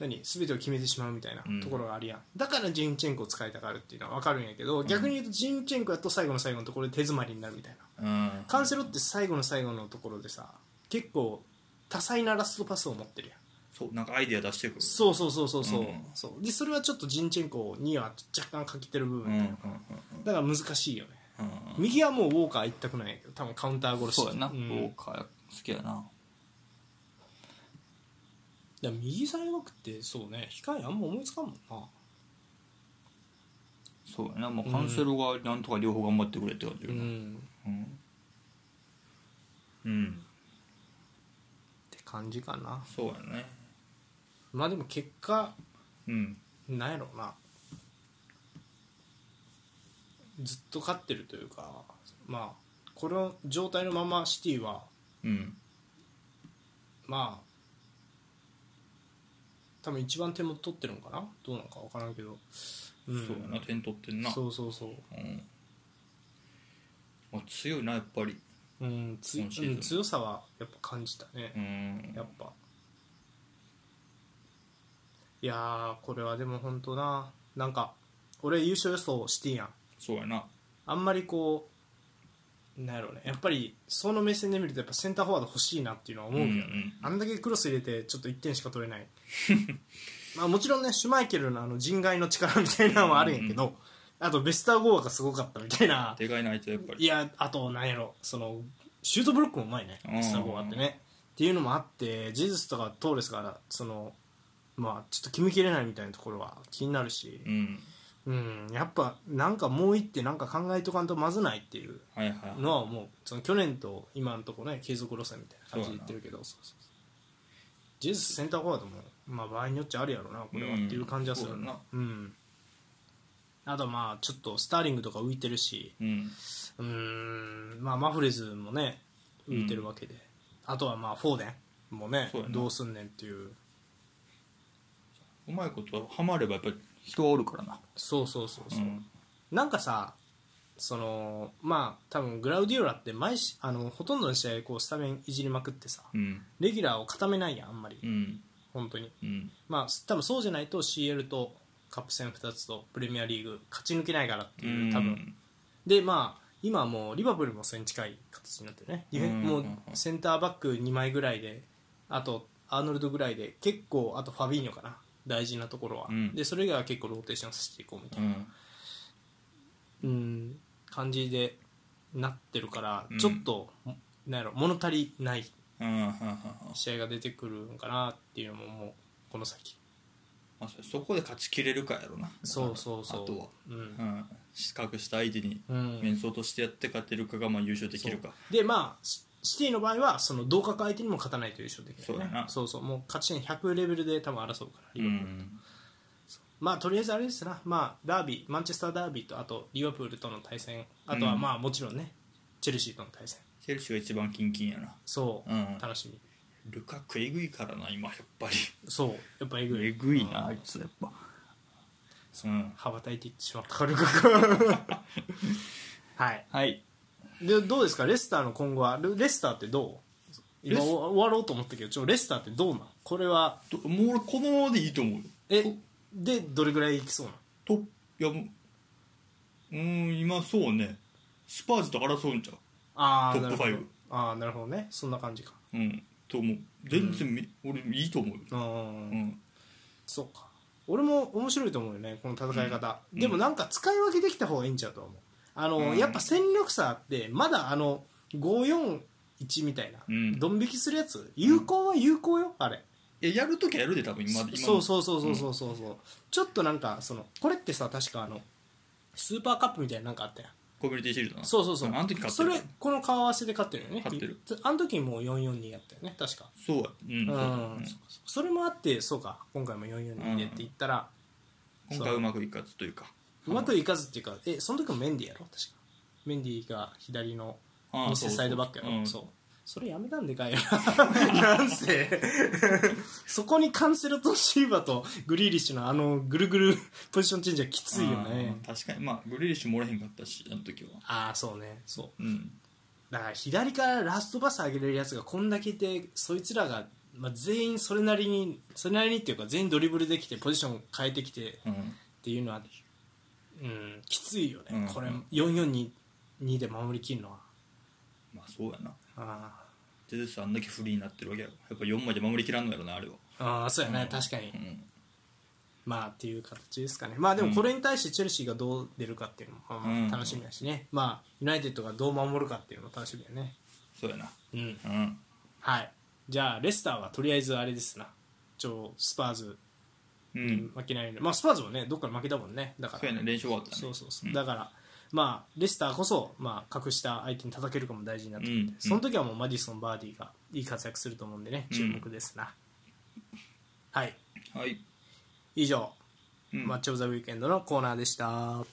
Speaker 1: 何全てを決めてしまうみたいな
Speaker 2: うん
Speaker 1: ところがあるやん、だからジンチェンコを使いたがるっていうのは分かるんやけど、逆に言うとジンチェンコやと最後の最後のところで手詰まりになるみたいな
Speaker 2: うん
Speaker 1: カンセロって最後の最後のところでさ結構多彩なラストパスを持ってるやん
Speaker 2: そうなんかアイディア出してくる
Speaker 1: そうそうそうそうそう,、
Speaker 2: うん
Speaker 1: そうでそれはちょっとジンチェンコには若干欠けてる部
Speaker 2: うんう
Speaker 1: 分
Speaker 2: ん
Speaker 1: だ
Speaker 2: う
Speaker 1: よ
Speaker 2: ん
Speaker 1: だから難しいよね
Speaker 2: うんうん
Speaker 1: 右はもうウォーカー一択なんやけど多分カウンター殺し
Speaker 2: そうやな、
Speaker 1: う
Speaker 2: ウ
Speaker 1: ん
Speaker 2: ォーカー好きやな
Speaker 1: だから右サイドバックってそうね控えあんま思いつかんもんな
Speaker 2: そうやなもうカンセロがなんとか両方頑張ってくれって感じ
Speaker 1: う
Speaker 2: よな、
Speaker 1: ん
Speaker 2: うんうん、
Speaker 1: って感じかな
Speaker 2: そうやね
Speaker 1: まあでも結果
Speaker 2: うん
Speaker 1: なんやろうなずっと勝ってるというかまあこの状態のままシティは
Speaker 2: うん
Speaker 1: まあ多分一番点も取ってるのかなどうなのか分からんけど、うん、
Speaker 2: そうやな点取ってんな
Speaker 1: そうそうそう
Speaker 2: うんあ強いなやっぱり
Speaker 1: うんつ
Speaker 2: 今シーズン
Speaker 1: うん強さはやっぱ感じたね
Speaker 2: うん
Speaker 1: やっぱいやーこれはでも本当ななんか俺優勝予想してんやん
Speaker 2: そうやな
Speaker 1: あんまりこうなんやろうねやっぱりその目線で見るとやっぱセンターフォワード欲しいなっていうのは思うけどね、
Speaker 2: うんうん
Speaker 1: あんだけクロス入れてちょっと1点しか取れないまあもちろんねシュマイケルのあの人外の力みたいなのはあるんやけど、あとベスターゴーがすごかったみたいな
Speaker 2: でかいなあいつやっぱり
Speaker 1: いやあとなんやろそのシュートブロックもうまいね
Speaker 2: うん
Speaker 1: スタゴーってねっていうのもあってジェズスとかトーレスがそのまあちょっと決めきれないみたいなところは気になるし
Speaker 2: うん
Speaker 1: うんやっぱなんかもう一手なんか考えとかんとまずないっていう
Speaker 2: はいはいはい
Speaker 1: のはもうその去年と今のとこね継続路線みたいな感じで言ってるけどそうそうそうジェズスセンターフォワードも、まあ、場合によっちゃあるやろなこれはっていう感じはする
Speaker 2: うんそうだな
Speaker 1: うんあとまあちょっとスターリングとか浮いてるし
Speaker 2: うん
Speaker 1: うーんまあマフレズもね浮いてるわけで、あとはまあフォーデンもね
Speaker 2: そうやな
Speaker 1: どうすんねんっていう
Speaker 2: うまいことハマればやっぱり人はおるからな
Speaker 1: そうそうそうそう、
Speaker 2: うん
Speaker 1: なんかさそのまあ多分グラウディオラって毎しあのほとんどの試合こうスタメンいじりまくってさ
Speaker 2: うん
Speaker 1: レギュラーを固めないやんあんまり、
Speaker 2: うん
Speaker 1: 本当に
Speaker 2: うん
Speaker 1: まあ多分そうじゃないと CL とカップ戦2つとプレミアリーグ勝ち抜けないからっていう多分、でまあ今はもうリバプールもそれに近い形になってるねディフェン
Speaker 2: うん
Speaker 1: もうセンターバック2枚ぐらいであとアーノルドぐらいで結構あとファビーニョかな大事なところは、
Speaker 2: うん
Speaker 1: でそれ以外は結構ローテーションさせていこうみた
Speaker 2: う
Speaker 1: いな、
Speaker 2: ん
Speaker 1: うん感じでなってるから、
Speaker 2: うん
Speaker 1: ちょっとなんやろ物足りない
Speaker 2: うんうんうんうん
Speaker 1: 試合が出てくるんかなっていうのももうこの先
Speaker 2: まあ、そそこで勝ちきれるかやろな
Speaker 1: そうそうそう
Speaker 2: あとは、
Speaker 1: うん
Speaker 2: うん、資格した相手に
Speaker 1: うん
Speaker 2: 面相としてやって勝てるかがまあ優勝できるか
Speaker 1: でまあシシティの場合はその同格相手にも勝たないと優勝できない、ね、
Speaker 2: そうやな
Speaker 1: そうそうもう勝ち点100レベルで多分争うからリ
Speaker 2: う
Speaker 1: バプール
Speaker 2: ん
Speaker 1: まあとりあえずあれですな、まあ、ダービーマンチェスターダービーとあとリバプールとの対戦あとは
Speaker 2: うん
Speaker 1: まあもちろんねチェルシーとの対戦
Speaker 2: チェルシーが一番キンキンやな
Speaker 1: そう、
Speaker 2: うん
Speaker 1: 楽しみ
Speaker 2: ルカクエグいからな今やっぱり
Speaker 1: そうやっぱえぐい
Speaker 2: えぐいなあいつやっぱうん
Speaker 1: 羽ばたいていってしま ったカルカがはい
Speaker 2: はい
Speaker 1: でどうですかレスターの今後はレレスターってどう今
Speaker 2: レス
Speaker 1: 終わ終わろうと思ったけどちょレスターってどうなんこれは
Speaker 2: ともう俺このままでいいと思うよ
Speaker 1: え
Speaker 2: と
Speaker 1: でどれぐらいいきそうなん
Speaker 2: といやもううーん今そうねスパーズと争うんちゃう
Speaker 1: あー
Speaker 2: トップ
Speaker 1: なるほ
Speaker 2: ファイ
Speaker 1: ど
Speaker 2: ブ
Speaker 1: ああなるほどねそんな感じか
Speaker 2: うんと思う全然み、俺いいと思うよ
Speaker 1: う
Speaker 2: うんん
Speaker 1: そうか俺も面白いと思うよねこの戦い方、でもなんか使い分けできた方がいいんちゃうと思うあの、
Speaker 2: うん
Speaker 1: やっぱ戦力差あってまだあの541みたいな、
Speaker 2: うん
Speaker 1: ドン引きするやつ有効は有効よあれ、
Speaker 2: いややるときはやるで多分今今
Speaker 1: そうそうそうそうそうそうそうちょっとなんかそのこれってさ確かあのスーパーカップみたいななんかあったやん
Speaker 2: コミュニティシールドな
Speaker 1: そうそうそう
Speaker 2: あの時買って
Speaker 1: そ
Speaker 2: る
Speaker 1: れこの顔合わせで勝ってるよね
Speaker 2: 勝ってる
Speaker 1: あの時もう442やったよね確か
Speaker 2: そうやうん、そうだ
Speaker 1: うんそれもあってそうか今回も442でって言ったら、
Speaker 2: 今回はうまくいかずというか
Speaker 1: うまくいかずっていうかえその時もメンディーやろ確かメンディーが左の
Speaker 2: ああ
Speaker 1: 偽サイドバックやろ
Speaker 2: そう
Speaker 1: そう
Speaker 2: そう
Speaker 1: それやめたんでかいよななんせそこにカンセルとシーバとグリーリッシュのあのぐるぐるポジションチェンジはきついよね
Speaker 2: あー確かにまあグリーリッシュもらえへんかったしあの時は
Speaker 1: ああーそうねそう
Speaker 2: うん
Speaker 1: だから左からラストパス上げれるやつがこんだけいてそいつらが、まあ、全員それなりにそれなりにっていうか全員ドリブルできてポジション変えてきてっ
Speaker 2: うん
Speaker 1: ていうのは、うん、きついよね、
Speaker 2: うん
Speaker 1: これ442で守りきるのは
Speaker 2: まあそうやな
Speaker 1: あー
Speaker 2: ジェズスあんだけフリーになってるわけやろやっぱ4まで守りきらんのやろなあれは
Speaker 1: あーそうやね、
Speaker 2: うん
Speaker 1: 確かに
Speaker 2: うん
Speaker 1: まあっていう形ですかねまあでもこれに対してチェルシーがどう出るかっていうのも、
Speaker 2: うん
Speaker 1: 楽しみだしねまあユナイテッドがどう守るかっていうのも楽しみだよね
Speaker 2: そうやな
Speaker 1: うん
Speaker 2: うん
Speaker 1: はいじゃあレスターはとりあえずあれですなちょスパーズ
Speaker 2: うん
Speaker 1: 負けないようにまあスパーズもねどっかで負けたもんねだから
Speaker 2: そうやね練習終わったね
Speaker 1: そうそうそう、
Speaker 2: ん
Speaker 1: だからまあレスターこそ、まあ、格下相手に叩けるかも大事になってくるんで、
Speaker 2: うん
Speaker 1: その時はもうマディソンバーディがいい活躍すると思うんでね注目ですな、はい
Speaker 2: はい、
Speaker 1: 以上、
Speaker 2: うん
Speaker 1: マッチ・オブ・ザ・ウィークエンドのコーナーでした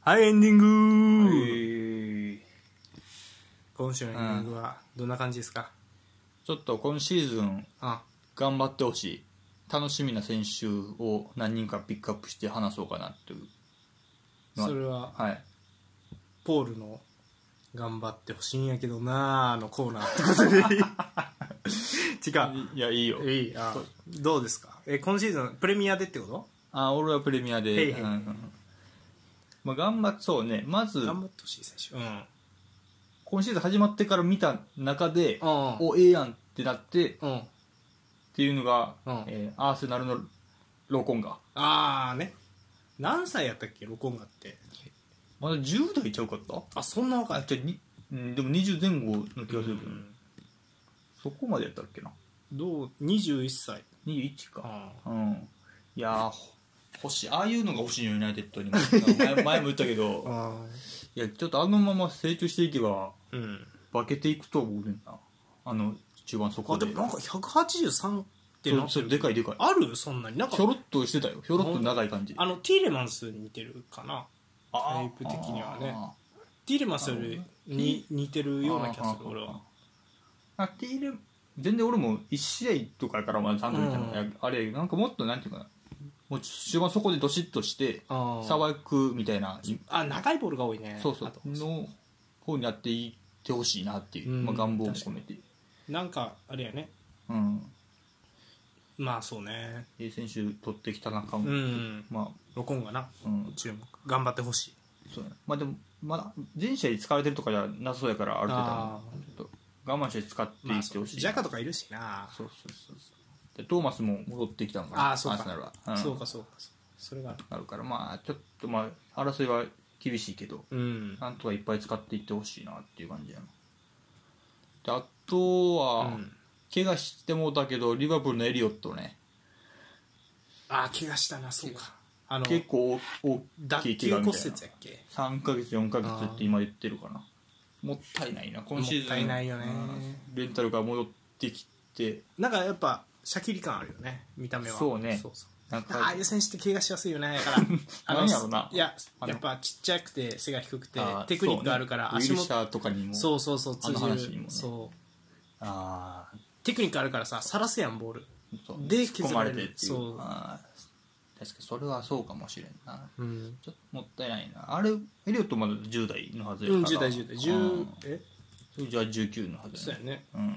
Speaker 1: はいエンディング、
Speaker 2: はい
Speaker 1: 今週のエンディングはどんな感じですか、
Speaker 2: ちょっと今シーズン
Speaker 1: あ
Speaker 2: 頑張ってほしい楽しみな選手を何人かピックアップして話そうかなというまあ
Speaker 1: それは
Speaker 2: はい
Speaker 1: ポールの「頑張ってほしいんやけどな」のコーナー ってことでいい
Speaker 2: いやいいよ
Speaker 1: 違ういいあどうですかえ今シーズンプレミアでってこ
Speaker 2: あ俺はプレミア
Speaker 1: へいへ
Speaker 2: で、
Speaker 1: い
Speaker 2: うんうんまあ、頑張っそうねま
Speaker 1: と
Speaker 2: ず
Speaker 1: 頑張ってほしい選手うん
Speaker 2: 今シーズン始まってから見た中で
Speaker 1: うん
Speaker 2: おええやんってなってっ
Speaker 1: うん
Speaker 2: ていうのが、
Speaker 1: うん
Speaker 2: えーアーセナルのロコンガ
Speaker 1: ああね何歳やったっけロコンガって
Speaker 2: まだ10代ちゃうかった
Speaker 1: あそんな若
Speaker 2: あ
Speaker 1: い
Speaker 2: じゃあにうんでも20前後の気がするけど、
Speaker 1: うん
Speaker 2: そこまでやったっけな
Speaker 1: どう21歳
Speaker 2: 21か
Speaker 1: あ
Speaker 2: うんいやーほ欲しいああいうのが欲しいよユナイテッドにも 前前も言ったけ
Speaker 1: あ
Speaker 2: ど
Speaker 1: ー
Speaker 2: いやちょっとあのまま成長していけば
Speaker 1: うん
Speaker 2: 化けていくと思うねんなあの中盤そこ
Speaker 1: あ
Speaker 2: で
Speaker 1: でもなんか183ってな
Speaker 2: そう
Speaker 1: って
Speaker 2: そう
Speaker 1: る
Speaker 2: でかいでかい
Speaker 1: あるそんなになんか
Speaker 2: ひょろっとしてたよひょろっと長い感じ
Speaker 1: あのティーレマンスに似てるかな
Speaker 2: あー
Speaker 1: タイプ的にはね
Speaker 2: あ
Speaker 1: ティーレマンスよりに似てる
Speaker 2: ー
Speaker 1: ような気がする
Speaker 2: あー
Speaker 1: 俺は
Speaker 2: あティール全然俺も1試合とかやからまだ3度見たの、
Speaker 1: うん
Speaker 2: あれなんかもっとなんていうかなもう中盤そこでドシッとして
Speaker 1: あ
Speaker 2: さばくみたいな
Speaker 1: あ長いボールが多いね
Speaker 2: そうそ
Speaker 1: あと
Speaker 2: うの方にやっていってほしいなっていう、
Speaker 1: うん
Speaker 2: まあ、願望も込めて
Speaker 1: なんかあれやね
Speaker 2: うん
Speaker 1: まあそうね
Speaker 2: いい選手取ってきた中
Speaker 1: う
Speaker 2: も、
Speaker 1: ん
Speaker 2: ま
Speaker 1: ロコンがな
Speaker 2: あうん
Speaker 1: 注目頑張ってほしい
Speaker 2: そうやなまあでもまだ全試合使われてるとかじゃなさそうやからある程度
Speaker 1: あ
Speaker 2: はちょっと我慢して使ってい
Speaker 1: まあ
Speaker 2: っ
Speaker 1: そ
Speaker 2: て
Speaker 1: う
Speaker 2: ほしい、
Speaker 1: ジャカとかいるしな
Speaker 2: そうそうそうそうでトーマスも戻ってきたのかな
Speaker 1: ああそう
Speaker 2: アーセナル
Speaker 1: か
Speaker 2: は、ん
Speaker 1: そうかそうかそれがある
Speaker 2: なるからまあちょっとまあ争いは厳しいけど
Speaker 1: うん
Speaker 2: なんとかいっぱい使っていってほしいなっていう感じやなであとは、
Speaker 1: うん
Speaker 2: 怪我してもうたけどリバプールのエリオットね
Speaker 1: あ怪我したなそうかあの
Speaker 2: 結構大大
Speaker 1: 脱
Speaker 2: きい
Speaker 1: 臼
Speaker 2: 怪我
Speaker 1: 骨
Speaker 2: み
Speaker 1: 折
Speaker 2: たい
Speaker 1: や
Speaker 2: な
Speaker 1: っけ
Speaker 2: 3ヶ月4ヶ月って今言ってるかなもったいないな今シーズン
Speaker 1: もったいないよね
Speaker 2: うんレンタルが戻ってきて
Speaker 1: なんかやっぱシャキリ感あるよね見た目は
Speaker 2: そうね
Speaker 1: そうそう
Speaker 2: なん
Speaker 1: あ
Speaker 2: か
Speaker 1: あいう選手って怪我しやすいよねだからあの
Speaker 2: 何やろない
Speaker 1: や
Speaker 2: あの
Speaker 1: やっぱちっちゃくて背が低くて
Speaker 2: あー
Speaker 1: テクニックあるから、
Speaker 2: そうね、
Speaker 1: 足
Speaker 2: ウィル
Speaker 1: も
Speaker 2: シャーとかにも
Speaker 1: そうそうそう
Speaker 2: あの
Speaker 1: 通
Speaker 2: 話
Speaker 1: じ
Speaker 2: に
Speaker 1: る、
Speaker 2: もね
Speaker 1: そう
Speaker 2: ああ
Speaker 1: テクニックあるからささらすやんボール
Speaker 2: そう
Speaker 1: で
Speaker 2: 突っ込まれてってい
Speaker 1: 削られ
Speaker 2: う
Speaker 1: るそう
Speaker 2: あー確かにそれはそうかもしれんな
Speaker 1: うん、
Speaker 2: ちょっともったいないなあれエリオットまだ10代のはずやから、
Speaker 1: 10代10代10
Speaker 2: うん
Speaker 1: え
Speaker 2: じゃあ19のはず
Speaker 1: そうやね
Speaker 2: うん、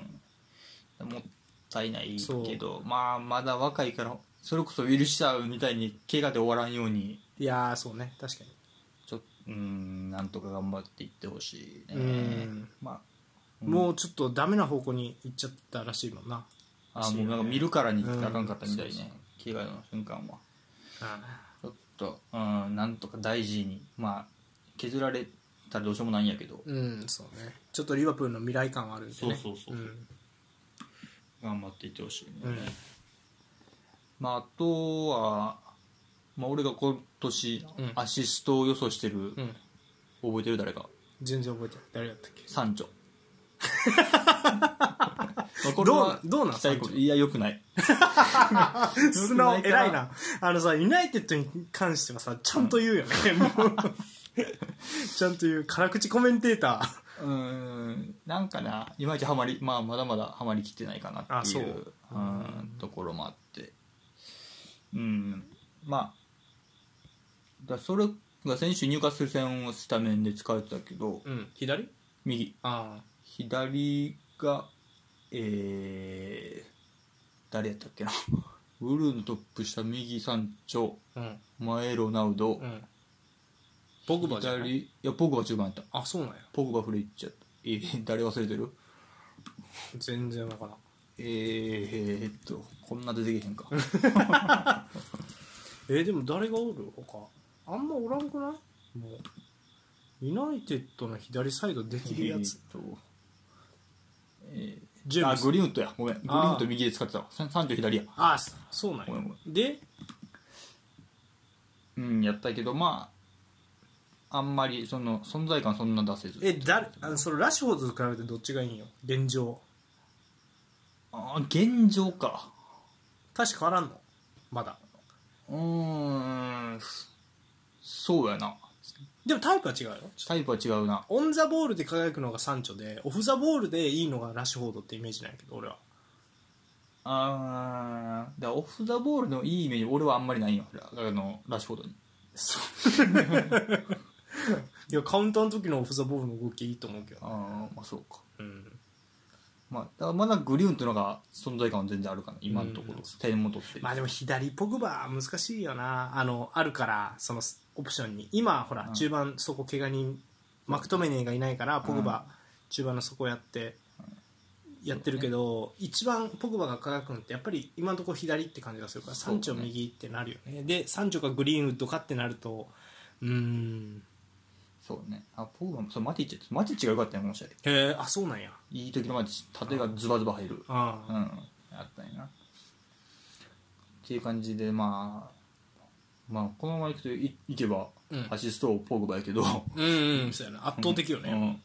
Speaker 2: もったいないけど、まあ、まだ若いからそれこそウィルシャーみたいに怪我で終わらんように
Speaker 1: いやーそうね確かに
Speaker 2: ちょっとうんなんとか頑張っていってほしいね
Speaker 1: うん
Speaker 2: ま
Speaker 1: もうちょっとダメな方向に行っちゃったらしいもんな
Speaker 2: ああもうなんか見るからにあかんかったみたいね、怪我の瞬間はちょっとうんなんとか大事にまあ削られたらどうしようもないんやけど
Speaker 1: うんそうねちょっとリバプールの未来感はあるんでね
Speaker 2: そうそうそうそうん頑張っていってほしいね、
Speaker 1: うん
Speaker 2: まあ、あとは、まあ、俺が今年
Speaker 1: うん
Speaker 2: アシストを予想してる、
Speaker 1: うん
Speaker 2: 覚えてる誰か
Speaker 1: 全然覚えてない誰だったっけ
Speaker 2: サンチョまあこれは
Speaker 1: どうどうなん
Speaker 2: 期待こ
Speaker 1: 30
Speaker 2: いやよくない
Speaker 1: 素直偉いなあのさユナイテッドに関してはさちゃんと言う よね、もうちゃんと言う辛口コメンテーター
Speaker 2: うーんなんかないまいちはまり、まあ、まだまだはまりきってないかなっていう
Speaker 1: あそう
Speaker 2: うーんところもあってうんまあだそれが先週入荷する戦をスタメンで使われてたけど
Speaker 1: うん左
Speaker 2: 右
Speaker 1: あ
Speaker 2: 左がえー、誰やったっけな ウルのトップ下右サンチョ
Speaker 1: あうん
Speaker 2: 前ロナウド、
Speaker 1: うんボグバじゃない
Speaker 2: 左いやポグバ中盤やった
Speaker 1: あそうなんや
Speaker 2: ポグバフレッチャーえー誰忘れてる
Speaker 1: 全然わからん
Speaker 2: えー、っとこんな出てけへん か
Speaker 1: えーでも誰がおる他あんまおらんくないもうユナイテッドの左サイドできるやつ、
Speaker 2: えーっとえ
Speaker 1: ジェ
Speaker 2: ー、
Speaker 1: ー
Speaker 2: あ
Speaker 1: ムス
Speaker 2: グリウッドやごめんグリウッド右で使ってたわ30左や
Speaker 1: ああそうなんや
Speaker 2: ごめんごめん
Speaker 1: で
Speaker 2: うんやったけどまああんまりその存在感そんな出せず
Speaker 1: え誰あのそれラッシュフォードと比べてどっちがいいんよ現状
Speaker 2: あー現状か
Speaker 1: 確か変わらんのまだ
Speaker 2: うーんそうやな
Speaker 1: でもタイプは違うよ
Speaker 2: タイプは違うな
Speaker 1: オン・ザ・ボールで輝くのがサンチョでオフ・ザ・ボールでいいのがラッシュフォードってイメージなんやけど俺は
Speaker 2: あーだからオフ・ザ・ボールのいいイメージ俺はあんまりないよだからあのラッシュフォードに
Speaker 1: そういやカウンターの時のオフ・ザ・ボールの動きいいと思うけどな
Speaker 2: ああまあそうか
Speaker 1: うん
Speaker 2: まあ、だからまだグリウンというのが存在感は全然あるかな今のとこ
Speaker 1: う
Speaker 2: ろ、
Speaker 1: ん
Speaker 2: 点も取ってる、
Speaker 1: まあでも左ポグバは難しいよなあのあるからそのオプションに今ほら
Speaker 2: うん
Speaker 1: 中盤そこ怪我人マクトメネーがいないからポグバ中盤のそこやってやってるけど一番ポグバが輝くのってやっぱり今のところ左って感じがするから
Speaker 2: そ
Speaker 1: サ
Speaker 2: う
Speaker 1: ン
Speaker 2: ね
Speaker 1: チョ右ってなるよねでサンチョかグリーンウッドかってなるとうーん
Speaker 2: そうねあポーバもそうマティッチやったマティッチが良かったよこの試合
Speaker 1: へえあそうなんや
Speaker 2: いい時のマティッチ縦がズバズバ入る
Speaker 1: あ
Speaker 2: うんあったんやなっていう感じでまあまあこのままいくといいけば
Speaker 1: うん
Speaker 2: アシストをポーグバやけど、
Speaker 1: うんうんそうやな圧倒的よね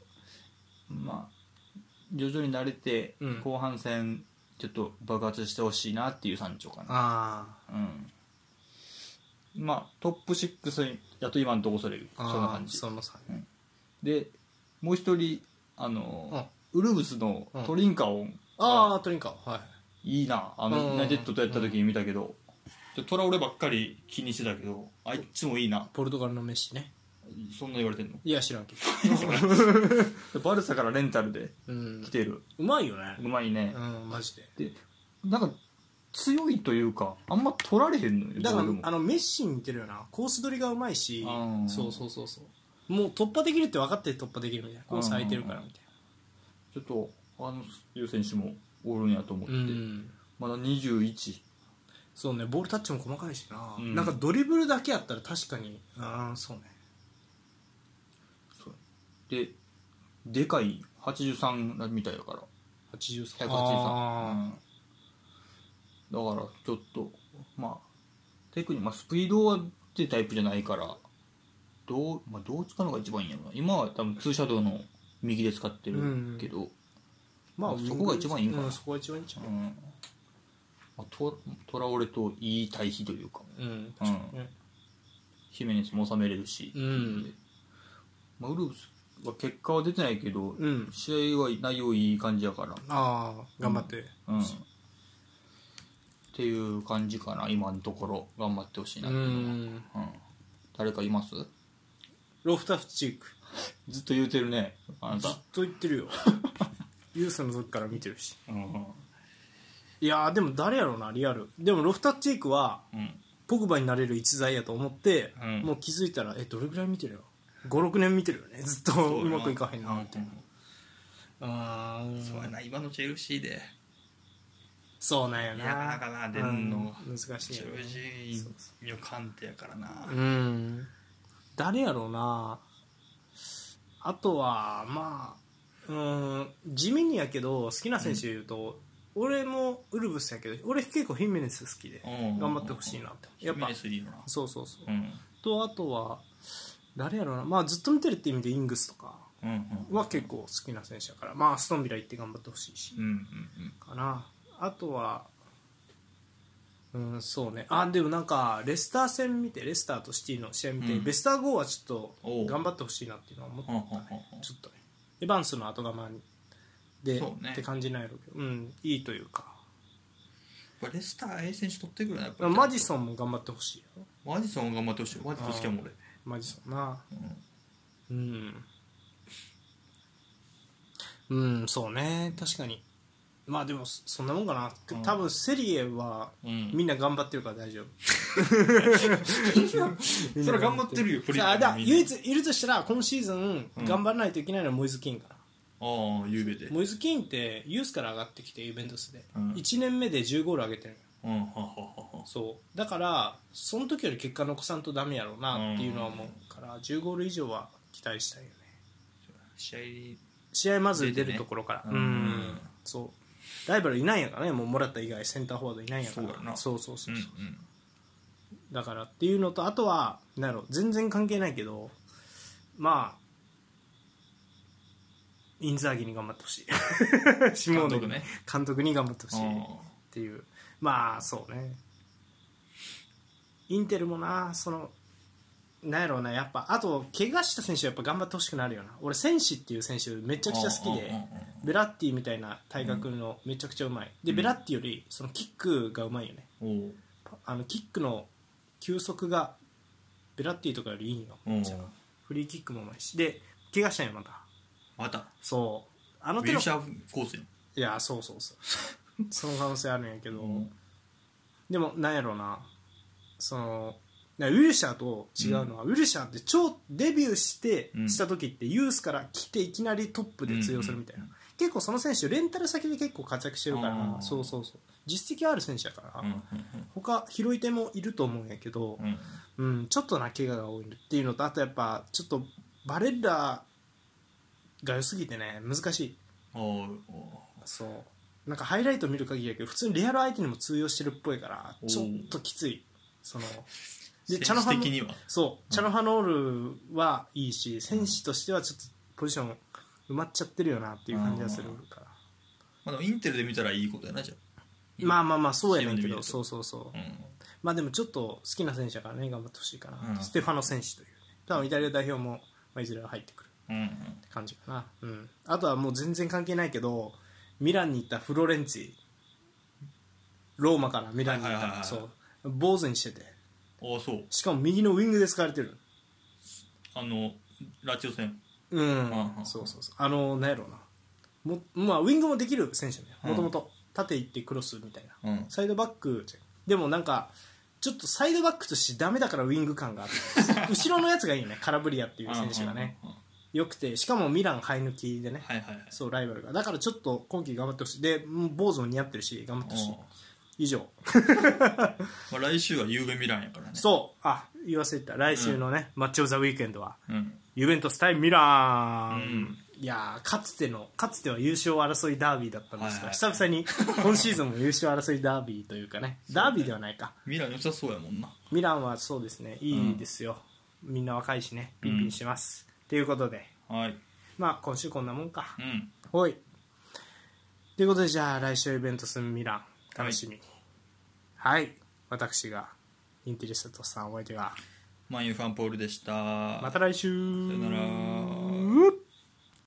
Speaker 2: うん、まあ徐々に慣れて、
Speaker 1: うん
Speaker 2: 後半戦ちょっと爆発してほしいなっていう山頂かな
Speaker 1: あ
Speaker 2: うん、まあトップ6やと今のとこそれ
Speaker 1: あ
Speaker 2: そんな感じ
Speaker 1: そのさ
Speaker 2: でもう一人あの、ウルブスの
Speaker 1: うん
Speaker 2: トリンカオン
Speaker 1: ああトリンカはい
Speaker 2: いいなあの、
Speaker 1: うん
Speaker 2: ユナイテッドとやった時に見たけど、でトラオレばっかり気にしてたけどあいつもいいな
Speaker 1: ポルトガルのメッシね
Speaker 2: そんな言われてんの
Speaker 1: いや知らんけど
Speaker 2: でバルサからレンタルで
Speaker 1: うん
Speaker 2: 来てる、
Speaker 1: うまいよね
Speaker 2: うまいね
Speaker 1: う、んマジで
Speaker 2: でなんか強いというかあんま取られへんのよ
Speaker 1: だから
Speaker 2: ボールも
Speaker 1: あのメッシに似てるよなコース取りがうまいし
Speaker 2: うん
Speaker 1: そうそうそうそうもう突破できるって分かって突破できるみたいなコース空いてるからみたい
Speaker 2: ちょっとあのいう選手もおるんやと思って、
Speaker 1: なうん
Speaker 2: まだ21
Speaker 1: そうねボールタッチも細かいしな
Speaker 2: うん
Speaker 1: なんかドリブルだけやったら確かにああそうね
Speaker 2: ででかい83みたいだから
Speaker 1: 183
Speaker 2: 183
Speaker 1: あ
Speaker 2: うん、だからちょっとまあテクニック、まあ、スピードはってタイプじゃないからどう,、まあ、どう使うのが一番いいんやろな今は多分ツーシャドウの右で使ってるけど、
Speaker 1: ーまあ
Speaker 2: そこが一番いいんかな
Speaker 1: うんそこが一番いいんちゃ
Speaker 2: うんまあ、トトラオレといい対比というか
Speaker 1: ううん
Speaker 2: うん
Speaker 1: ね
Speaker 2: ヒメネスも収めれるし、
Speaker 1: うん
Speaker 2: まあ、ウルブスは結果は出てないけど、
Speaker 1: うん
Speaker 2: 試合は内容いい感じやから、
Speaker 1: ああ頑張って
Speaker 2: うん、っていう感じかな今のところ頑張ってほしいな、
Speaker 1: う
Speaker 2: うん
Speaker 1: ん
Speaker 2: 誰かいます
Speaker 1: ロフタフチーク
Speaker 2: ずっと言うてるねあな、
Speaker 1: ずったと言って るよユースの時から見てるし
Speaker 2: うん
Speaker 1: いやーでも誰やろうなリアルでもロフタッチェイクは
Speaker 2: うん、
Speaker 1: ポグバになれる逸材やと思って、
Speaker 2: うん
Speaker 1: もう気づいたらえどれぐらい見てるよ56年見てるよねずっとうまくいかへんなみたいなうーん
Speaker 2: そうやな今のチェルシーで
Speaker 1: そうなんや
Speaker 2: い
Speaker 1: な
Speaker 2: やだから出んの
Speaker 1: うん難しい
Speaker 2: チ
Speaker 1: よ
Speaker 2: ェ
Speaker 1: ね
Speaker 2: ルシー予感ってやからな
Speaker 1: うん誰やろうなあとはまあうん地味にやけど好きな選手で言うと、俺もウルブスやけど俺結構ヒメネス好きで
Speaker 2: うん
Speaker 1: 頑張ってほしいなって
Speaker 2: や
Speaker 1: や
Speaker 2: っ
Speaker 1: っ
Speaker 2: ぱ
Speaker 1: ぱ
Speaker 2: いいよな
Speaker 1: そうそうそう
Speaker 2: うん
Speaker 1: とあとは誰やろうなまあずっと見てるって意味でイングスとか
Speaker 2: うんうん
Speaker 1: は結構好きな選手だから、まあ、アストンビラ行って頑張ってほしいし、
Speaker 2: うんうん
Speaker 1: かな。あとは、うん、そうね。あ、でもなんか、レスター戦見て、レスターとシティの試合見て、
Speaker 2: うん
Speaker 1: ベスター5はちょっ
Speaker 2: お
Speaker 1: と
Speaker 2: う
Speaker 1: 頑張ってほしいなっていうのは思っ
Speaker 2: うんはんはんはんはん
Speaker 1: ちょっとね。エヴァンスの後釜にで、
Speaker 2: そうね
Speaker 1: って感じないけど、うん、いいというか。
Speaker 2: これレスター A 選手取ってくるなやっぱり
Speaker 1: マジソンも頑張ってほしいよ。
Speaker 2: マジソン頑張ってほしいマジソン好きやもん俺
Speaker 1: マジソンな。
Speaker 2: う
Speaker 1: う
Speaker 2: ん
Speaker 1: ん、うん、そうね確かにまあでもそそんなもんかな、
Speaker 2: うん
Speaker 1: 多分セリエは
Speaker 2: うん
Speaker 1: みんな頑張ってるから大丈夫、
Speaker 2: それは頑張ってるよプリン
Speaker 1: さ
Speaker 2: あ
Speaker 1: あだ
Speaker 2: あ
Speaker 1: 唯一いるとしたら今シーズン
Speaker 2: うん
Speaker 1: 頑張らないといけないのはモイズ・キーンかな、
Speaker 2: あゆうべで
Speaker 1: モイズ・キーンってユースから上がってきてユベントスで、
Speaker 2: うん
Speaker 1: 1年目で10ゴール上げてる
Speaker 2: うんはんはんはんはん
Speaker 1: そうだからその時より結果残さんとダメやろうなっていうのは思うから、10ゴール以上は期待したいよね
Speaker 2: 試合に
Speaker 1: 試合まず出るところから、
Speaker 2: 出
Speaker 1: う
Speaker 2: てね
Speaker 1: んそうライバルいないんやからねもうもらった以外センターフォワードいないんやから
Speaker 2: そうやな
Speaker 1: そうそうそううんそうだからっていうのとあとはなんやろ全然関係ないけどまあインザーギに頑張ってほし いシモー
Speaker 2: 監
Speaker 1: ネ
Speaker 2: 督ね
Speaker 1: 監督に頑張ってほしいっ
Speaker 2: あ
Speaker 1: ていうまあそうねインテルもなそのなんやろうなやっぱあと怪我した選手はやっぱ頑張ってほしくなるよな俺戦士っていう選手めちゃくちゃ好きで
Speaker 2: うんうん
Speaker 1: ベラッティみたいな体格のめちゃくちゃうまい、で
Speaker 2: うん
Speaker 1: ベラッティよりそのキックがうまいよね
Speaker 2: うんうん
Speaker 1: あのキックの球速がベラッティとかよりいいよ、
Speaker 2: おうおう
Speaker 1: フリーキックもうまいしで怪我したんよまた
Speaker 2: また
Speaker 1: そうあの
Speaker 2: ウ
Speaker 1: 手
Speaker 2: ィ
Speaker 1: の
Speaker 2: ルシャーコースやん
Speaker 1: いやそうそうそうその可能性あるんやけど、でもなんやろうなそのなウィルシャーと違うのは、ウィルシャーって超デビューして、
Speaker 2: うん
Speaker 1: した時ってユースから来ていきなりトップで通用するみたいな、結構その選手レンタル先で結構活躍してるか
Speaker 2: あ
Speaker 1: ら
Speaker 2: ー
Speaker 1: そうそうそう実績はある選手だから、
Speaker 2: うんうん
Speaker 1: 他広い手もいると思うんやけど
Speaker 2: う、んうん
Speaker 1: うんちょっとな怪我が多いっていうのとあとやっぱちょっとバレッラが良すぎてね難しい
Speaker 2: おうおう
Speaker 1: そうなんかハイライト見る限りやけど普通にレアル相手にも通用してるっぽいから
Speaker 2: おー
Speaker 1: ちょっときついそので
Speaker 2: 選
Speaker 1: チャノ
Speaker 2: 手
Speaker 1: ハ
Speaker 2: 的
Speaker 1: ノ
Speaker 2: には
Speaker 1: そうチャノハノールはいいし選手としてはちょっとポジション埋まっちゃってるよなっていう感じがするから、
Speaker 2: まあでもインテルで見たらいいことやなじゃうん
Speaker 1: まあまあまあそうやねんけ
Speaker 2: チームで見る
Speaker 1: ど
Speaker 2: と
Speaker 1: そうそうそう
Speaker 2: あうん
Speaker 1: まあでもちょっと好きな選手だからね頑張ってほしいかな、
Speaker 2: うん
Speaker 1: ステファノ選手というね多分イタリア代表も、まあ、いずれは入ってくる
Speaker 2: うんうん
Speaker 1: って感じかな、うん、あとはもう全然関係ないけどミランに行ったフロレンツィローマからミランに行っ
Speaker 2: はいはいはいは
Speaker 1: た
Speaker 2: い
Speaker 1: そう坊主にしてて
Speaker 2: ああそう
Speaker 1: しかも右のウィングで使われてる
Speaker 2: あのラチオ戦
Speaker 1: うん
Speaker 2: んうん
Speaker 1: そうそうそうあのなんやろうなも、まあ、ウィングもできる選手ね
Speaker 2: うん
Speaker 1: もともと縦行ってクロスみたいな
Speaker 2: うん
Speaker 1: サイドバックじゃんでもなんかちょっとサイドバックとしてダメだからウィング感があ って後ろのやつがいいよねカラブリアっていう選手がね
Speaker 2: うんうんうん
Speaker 1: よくてしかもミラン生え抜きでね
Speaker 2: はいはいはい
Speaker 1: そうライバルがだからちょっと今季頑張ってほしいでもう坊主も似合ってるし頑張ってほしい以上
Speaker 2: まあ、来週はゆうべミランやからね
Speaker 1: そうあ言わせた来週のね、マッチオブザウィークエンドは
Speaker 2: う、ん、
Speaker 1: ユベントス対ミラン、
Speaker 2: うん
Speaker 1: いやーかつてのかつては優勝争いダービーだったんですが、
Speaker 2: はいはいはい
Speaker 1: 久々に今シーズンも優勝争いダービーというか ねダービーではないか
Speaker 2: ミラン良さそうやもんな
Speaker 1: ミランはそうですねいいですよ、みんな若いしねピンピンしてます、ということで
Speaker 2: はい
Speaker 1: まあ今週こんなもんか、
Speaker 2: うん
Speaker 1: ほい。ということで、じゃあ来週イベントするミラン、楽しみに。はい。私が、インテリストさん、お相手が、
Speaker 2: マンユーファンポールでした
Speaker 1: また来週
Speaker 2: さよなら